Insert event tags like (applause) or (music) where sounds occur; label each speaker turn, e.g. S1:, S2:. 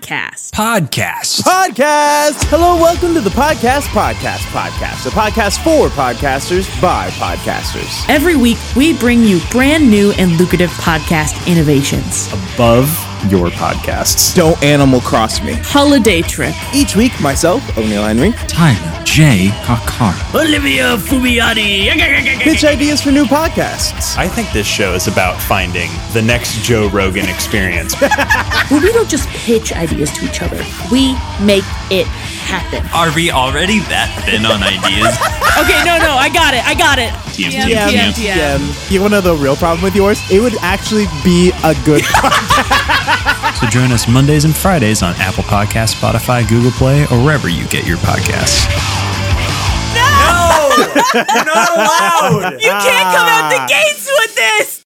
S1: podcast.
S2: Podcast.
S3: Podcast! Hello, welcome to the Podcast Podcast Podcast, a podcast for podcasters by podcasters.
S1: Every week, we bring you brand new and lucrative podcast innovations.
S3: Above your podcasts. Don't animal cross me.
S1: Holiday trip,
S3: Each week, myself, O'Neill Henry,
S2: Tyler J. Kakar.
S4: Olivia
S1: (laughs)
S4: Fubiati.
S3: pitch ideas for new podcasts.
S5: I think this show is about finding the next Joe
S2: (laughs)
S5: Rogan experience.
S1: where we don't just pitch ideas to each other, we make it happen.
S4: Are we already that thin on ideas?
S1: Okay, no, no, I got it. I got it.
S4: TM,
S1: Yeah,
S4: TM, TM.
S1: yeah.
S3: You want to know the real problem with yours? It would actually be a good
S2: So join us Mondays and Fridays on Apple Podcasts, Spotify, Google Play, or wherever you get your podcasts.
S4: No! You're not Ah. allowed!
S1: (laughs) You can't come out the gates with this.